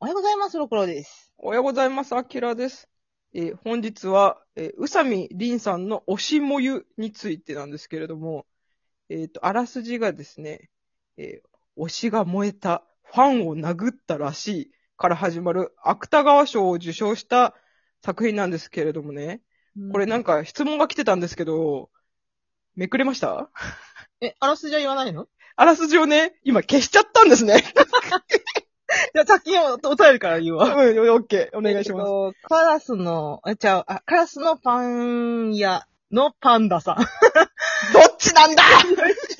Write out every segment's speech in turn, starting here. おはようございます、ろくろです。おはようございます。あきらです。えー本日は、えー宇佐美凛さんの推しもゆについてなんですけれども、えっ、と、あらすじがですね、えー推しが燃えた、ファンを殴ったらしいから始まる芥川賞を受賞した作品なんですけれどもね、これなんか質問が来てたんですけど、めくれましたえ、あらすじは言わないのあらすじをね、今消しちゃったんですね。じゃあ、先におお便りから言う うわ。ん、オッケー。お願いします。す。カラスの、え、ちゃう、あ、カラスのパン屋のパンダさん。 どっちなんだ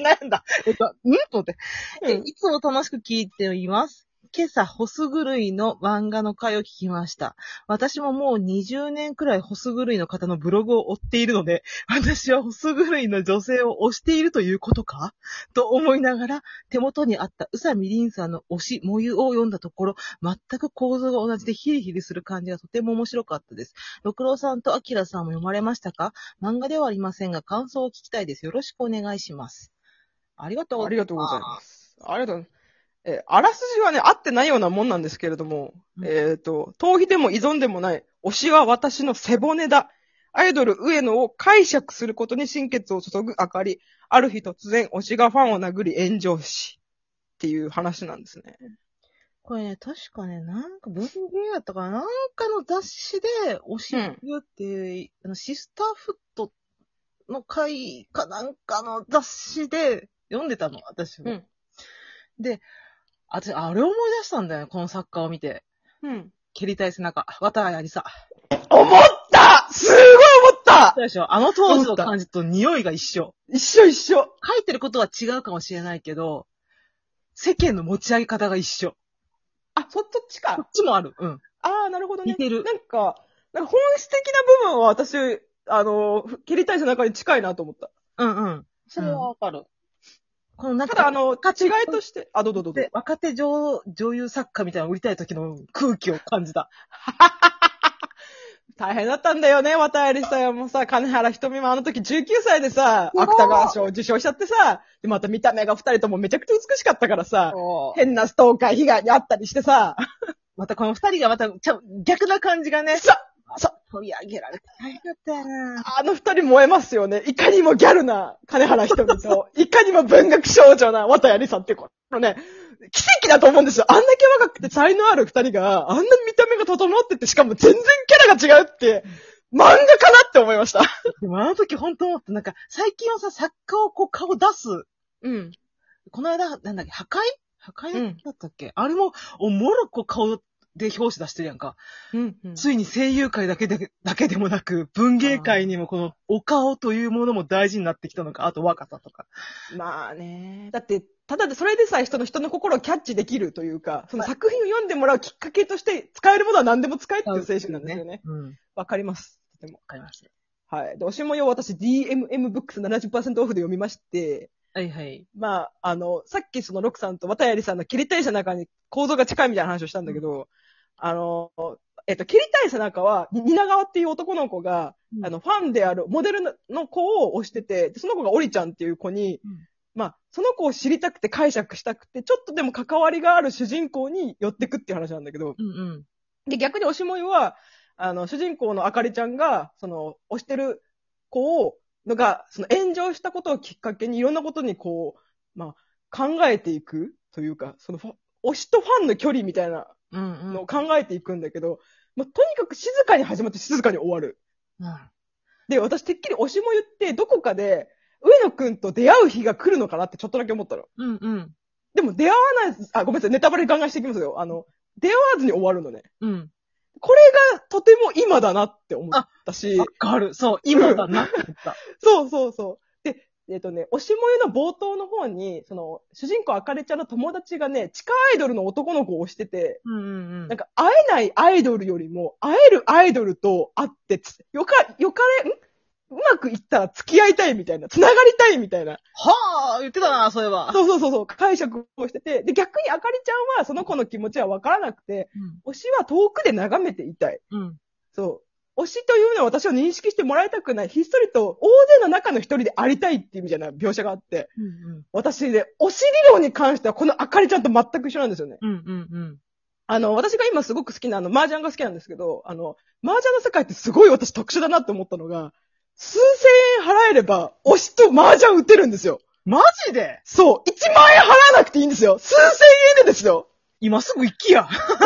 なんだ。えっと、んと思って。え、うんいつも楽しく聞いています。今朝、ホス狂いの漫画の回を聞きました。私ももう20年くらいホス狂いの方のブログを追っているので、私はホス狂いの女性を推しているということかと思いながら、手元にあった宇佐美凛さんの推し、模様を読んだところ、全く構造が同じでヒリヒリする感じがとても面白かったです。六郎さんとアキラさんも読まれましたか漫画ではありませんが、感想を聞きたいです。よろしくお願いします。ありがとうありがとうございす。ます。ありがとうございます。えーあらすじはね、合ってないようなもんなんですけれども、うんえっ、と、逃避でも依存でもない、推しは私の背骨だ。アイドル上野を解釈することに心血を注ぐあかり。ある日突然、推しがファンを殴り炎上し、っていう話なんですね。これね、確かね、なんか文芸やったかななんかの雑誌で、推しうん冬っていう、あの、シスターフットの回かなんかの雑誌で読んでたの、私も。うんで、私、あれ思い出したんだよね、この作家を見て。うん。蹴りたい背中、綿谷ありさ。思ったすごい思ったそうでしょあの当時の感じと匂いが一緒。一緒一緒書いてることは違うかもしれないけど、世間の持ち上げ方が一緒。あ、そっちこっか。ちもある。うん。ああ、なるほどね。似てるなんか、なんか本質的な部分は私、あの、切りたい背中に近いなと思った。うんうん。それはわかる。このなんただ、あか、の、違若手いと して、あ、どうぞどうぞで。若手女女優作家みたいなの売りたい時の空気を感じた。大変だったんだよね、渡辺さんもさ、金原ひとみもあの時19歳でさ、そう芥川賞を受賞しちゃってさ、で、また見た目が二人ともめちゃくちゃ美しかったからさ、変なストーカー被害にあったりしてさ、またこの二人がまたちゃ逆な感じがね、そうそう取り上げられた。大変だったよなあの二人燃えますよね。いかにもギャルな金原ひとみと、いかにも文学少女な渡谷りさんってこのね、奇跡だと思うんですよ。あんだけ若くて才能ある二人が、あんな見た目が整ってて、しかも全然キャラが違うって、漫画かなって思いました。でもあの時本当思った。なんか、最近はさ、作家をこう顔出す。うん。この間、なんだっけ、破壊破う壊んだったっけ、あれも、おもろこう顔で表紙出してるやんか。うん、ついに声優界だけで、だけでもなく、文芸界にもこのお顔というものも大事になってきたのか、あと若さとか。まあね。だって、ただでそれでさえ人の人の心をキャッチできるというか、その作品を読んでもらうきっかけとして使えるものは何でも使えっていう精神なんですよね。うん。わわかります。でも。かりました。はい。で、おしもよ私 DMM ブックス70%オフで読みまして、はいはい。まあ、あの、さっきそのロクさんと渡谷さんの切りたい背中に構造が近いみたいな話をしたんだけど、あの、えっと、切りたい背中は、に蜷川っていう男の子が、あの、ファンであるモデルのの子を推してて、でその子がオリちゃんっていう子に、うんまあ、その子を知りたくて解釈したくて、ちょっとでも関わりがある主人公に寄ってくっていう話なんだけど、うんうん。で、逆におしもいは、あの、主人公のあかりちゃんが、その、推してる子を、のが、その炎上したことをきっかけにいろんなことにこう、まあ、考えていくというか、そのファ、推しとファンの距離みたいなうんうん。のを考えていくんだけど、まあ、とにかく静かに始まって静かに終わる。うんで、私てっきり推しも言って、どこかで、上野くんと出会う日が来るのかなってちょっとだけ思ったの。うんうん。でも出会わない、あ、ごめんなさい、ネタバレガンガンしていきますよ。あの、出会わずに終わるのね。うん。これがとても今だなって思ったしわ、かる。そう、今だなって言った。そうそうそう。で、えっ、とね、おしもゆの冒頭の方に、その、主人公あかれちゃんの友達がね、地下アイドルの男の子を推してて、うんうんうん。なんか会えないアイドルよりも、会えるアイドルと会ってつ、よか、よかれ、んうまくいったら付き合いたいみたいな、繋がりたいみたいな。はぁ言ってたな、そういえば。 そうそうそうそう、解釈をしてて。で、逆にあかりちゃんはその子の気持ちはわからなくて、推しは遠くで眺めていたい。うん。うん。そう。推しというのは私を認識してもらいたくない。ひっそりと大勢の中の一人でありたいっていうみたいな描写があって。うん私ね、推し理論に関してはこのあかりちゃんと全く一緒なんですよね。うん。うんうんうん。あの、私が今すごく好きな、あの、麻雀が好きなんですけど、あの、麻雀の世界ってすごい私特殊だなって思ったのが、数千円払えれば、推しと麻雀売ってるんですよ。マジでそう、1万円払わなくていいんですよ。数千円でですよ。今すぐ行きや。そう、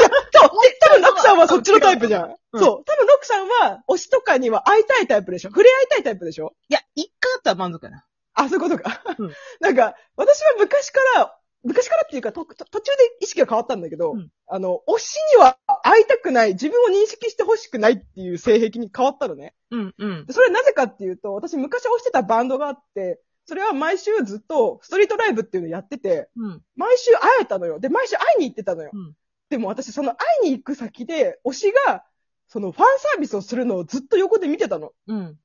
で多分ロクさんはそっちのタイプじゃん。うんそう、多分ロクさんは、推しとかには会いたいタイプでしょ。触れ合いたいタイプでしょ。いや、一回あったら満足やな。あ、そういうことか。うん なんか、私は昔から、昔からっていうか、とと途中で意識が変わったんだけど、うんあの、推しには会いたくない、自分を認識してほしくないっていう性癖に変わったのね。うん、うんで。それはなぜかっていうと、私昔推してたバンドがあって、それは毎週ずっとストリートライブっていうのやってて、うん。毎週会えたのよ。で、毎週会いに行ってたのよ。うんでも私、その会いに行く先で、推しが、そのファンサービスをするのをずっと横で見てたの。うん。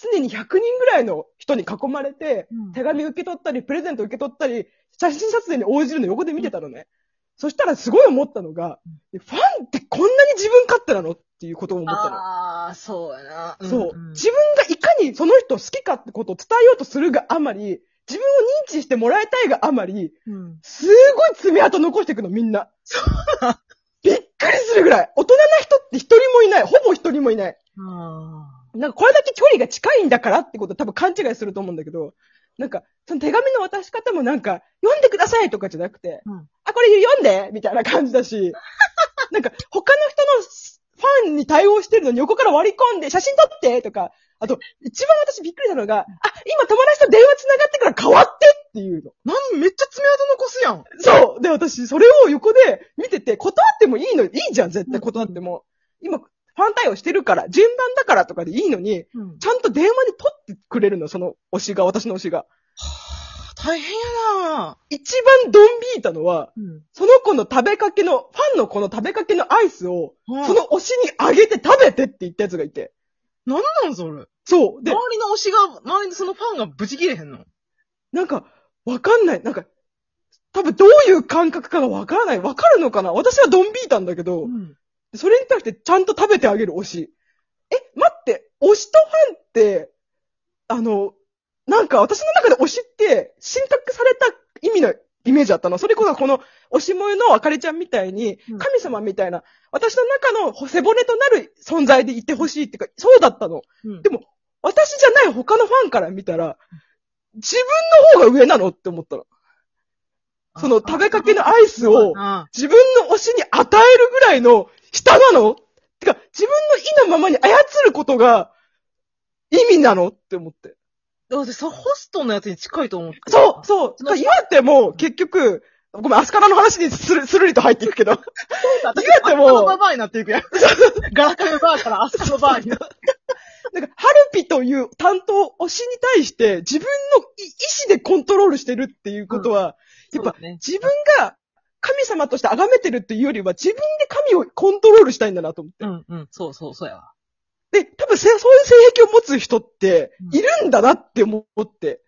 常に100人ぐらいの人に囲まれて、手手紙受け取ったり、プレゼント受け取ったり、写真撮影に応じるの横で見てたのね。そしたらすごい思ったのが、ファンってこんなに自分勝手なのっていうことを思ったの。ああ、そうやな。そう、んん自分がいかにその人を好きかってことを伝えようとするがあまり、自分を認知してもらいたいがあまり、うん。すごい爪痕残していくの、みんな。びっくりするぐらい。大人な人って一人もいない。ほぼ一人もいない。あなんかこれだけ距離が近いんだからってこと多分勘違いすると思うんだけど、なんか、その手紙の渡し方もなんか、読んでくださいとかじゃなくて、うんあ、これ読んでみたいな感じだし、なんか、他の人のファンに対応してるのに横から割り込んで、写真撮ってとか、あと、一番私びっくりしたのが、あ、今友達と電話繋がってから変わってっていうの。ーなん、めっちゃ爪痕残すやん。そう。で、私、それを横で見てて、断ってもいいの、いいじゃん、絶対断っても。今、ファン対応してるから、順番だからとかでいいのに、うん。ちゃんと電話で取ってくれるの、その推しが、私の推しが。大変やな。一番ドン引いたのは、うん。その子の食べかけの、ファンの子の食べかけのアイスを、そその、の推しにあげて食べてって言ったやつがいて。なんなんそれ。そう。で、周りの推しが、周りのそのファンがブチ切れへんの。なんか、わかんない。なんか、多分どういう感覚かがわからない。わかるのかな私はドン引いたんだけど、ん。それに対してちゃんと食べてあげる推し。え、待って、推しとファンって、あの、なんか私の中で推しって、信託された意味のイメージだったの。それこそこの推し萌えのあかりちゃんみたいにうん、神様みたいな、私の中の背骨となる存在でいてほしいっていうか、そうだったの。うんでも私じゃない他のファンから見たら、自分の方が上なのって思ったの。その食べかけのアイスをあ自分の推しに与えるぐらいの下なのてか、自分の意のままに操ることが意味なのって思って。だってさ、ホストのやつに近いと思って。そうそうそう岩手も結局、ごめん、アスカラの話にする、するりと入っていくけど。だって言うてアもスカのババアになっていく やん。ガラカのバーからアスカのバーになって。なんか、ハルピという担当推しに対して自分の意意思でコントロールしてるっていうことは、やっぱそうだね。自分が神様として崇めてるっていうよりは自分で神をコントロールしたいんだなと思って。うんうん、そうそう、そうやわ。で、多分せ、そういう性癖を持つ人ってうんいるんだなって思って。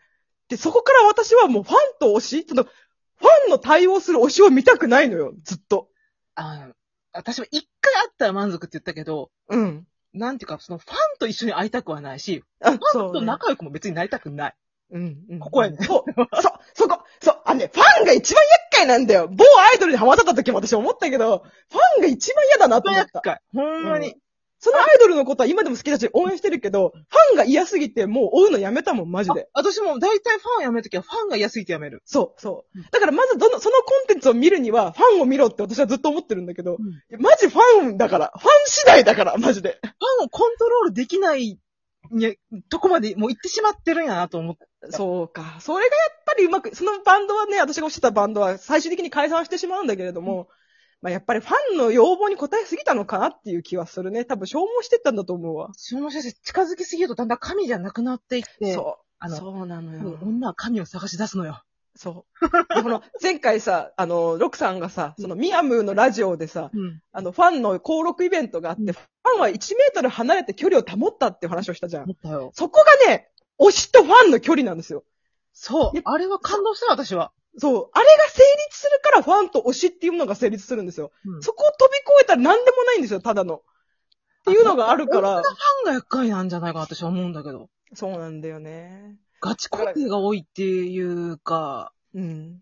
で、そこから私はもうファンと推し、その、ファンの対応する推しを見たくないのよ、ずっと。あの、私も一回会ったら満足って言ったけど、うん。なんていうか、そのファンと一緒に会いたくはないし、あ、ファそンうね、と仲良くも別になりたくない。うん、うん。ここやねそう、そう、そこ、そう、あのね、ファンが一番厄介なんだよ。某アイドルにハマってた時も私思ったけど、ファンが一番嫌だなと思っ厄た。介。ほんまに。そのアイドルのことは今でも好きだし応援してるけど、ファンが嫌すぎてもう追うのやめたもん、マジで。あ私も大体ファンを辞めるときはファンが安すぎて辞める。そう、そううん。だからまずどの、そのコンテンツを見るには、ファンを見ろって私はずっと思ってるんだけど、うんいやマジファンだから、ファン次第だから、マジで。ファンをコントロールできない、ね、とこまでもう行ってしまってるんやなと思って。そうか。それがやっぱりうまく、そのバンドはね、私が推してたバンドは最終的に解散してしまうんだけれども、まあやっぱりファンの要望に応えすぎたのかなっていう気はするね。多分消耗してったんだと思うわ。その先生、近づきすぎるとだんだん神じゃなくなっていって、そう。あのそうなの多分よ。女は神を探し出すのよ。そう。でこの、前回さ、あの、ロクさんがさ、そのミアムーのラジオでさ、うん。あの、ファンの登録イベントがあって、うんファンは1メートル離れて距離を保ったっていう話をしたじゃん。思ったよ。そこがね、推しとファンの距離なんですよ。そういや。あれは感動した、私は。そう。あれが成立するからファンと推しっていうものが成立するんですよ。うんそこを飛び越えたら何でもないんですよ、ただの。っていうのがあるから。ファンが厄介なんじゃないか、私は思うんだけど。そうなんだよね。ガチ固定が多いっていうか、うん。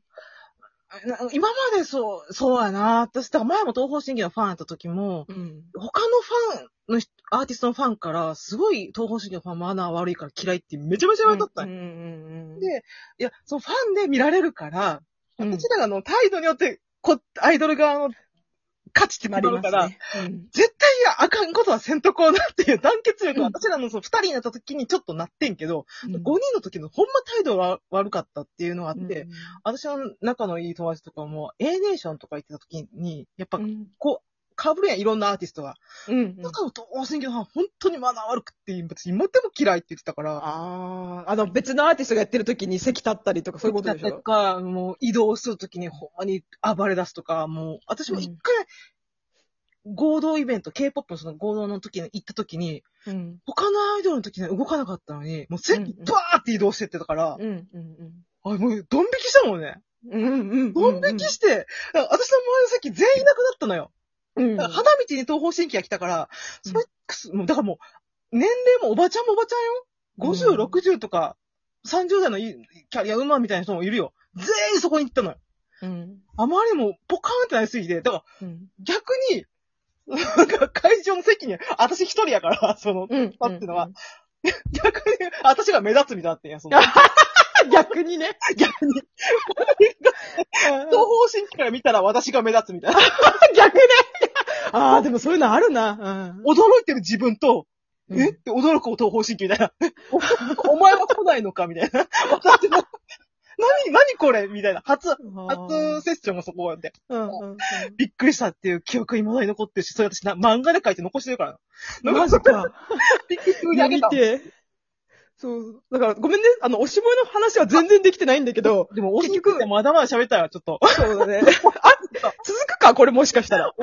うな今までそう、そうやな。私、だから前も東方神起のファンやった時も、うん。他のファンの人アーティストのファンから、すごい東方神起のファンマナー悪いから嫌いってめちゃめちゃ言われとったんうよんうんうん。でいや、そのファンで見られるから、うんこちらがあの態度によって、こ、アイドル側の価値って決なまるりかますら、ね。うん絶対いや、あかんことはせんとこうなっていう団結力は、私らのその二人になった時にちょっとなってんけど、うん五、人の時のほんま態度は悪かったっていうのがあって、うん私の仲のいい友達とかも、A ネーションとか行ってた時に、やっぱうん被るやん、いろんなアーティストが。うんだから、東選挙のファン、本当にマナー悪くって、私今でも嫌いって言ってたから、ああ、あの別のアーティストがやってる時に席立ったりとかそういうことでしだったりょか、もう移動するときにほんまに暴れ出すとか、もう、私も一回、合同イベント、K-POP のその合同の時に行った時に、うん。他のアイドルの時には動かなかったのに、もううんう席んバーって移動してってたから、うんうんあ、もうドン引きしたもんね。うん。うんうん。ドン引きして、だから私の周りの席全員いなくなったのよ。うんだから花道に東方神起が来たから、うんそれ、くすもうだからもう、年齢もおばちゃんもおばちゃんよ。50、うん60とか、30代のいいキャリアウマンみたいな人もいるよ。全員そこに行ったのよ。うん。あまりにもポカーンってなりすぎて、だからうん。逆に、なんか会場の席に、私一人やから、その、 うん。あってのは。逆に、私が目立つみたいだってんや、その。逆にね。逆に、東方神起から見たら私が目立つみたいな。逆ね。ああ、でもそういうのあるな。 驚いてる自分と、うんえって驚く東方神起みたいな。お お前は来ないのかみたいな。私の、 何、何これみたいな。初、初セッションがそこで。うんうんうんびっくりしたっていう記憶未だに残ってるし、それ私な漫画で書いて残してる からな。マジか。びっくりしてあげ見た。て。そう。だから、ごめんね。あの、おしもいの話は全然できてないんだけど。 でも、大きくてまだまだ喋ったら、ちょっと。そうだね。あ、続くかこれもしかしたら。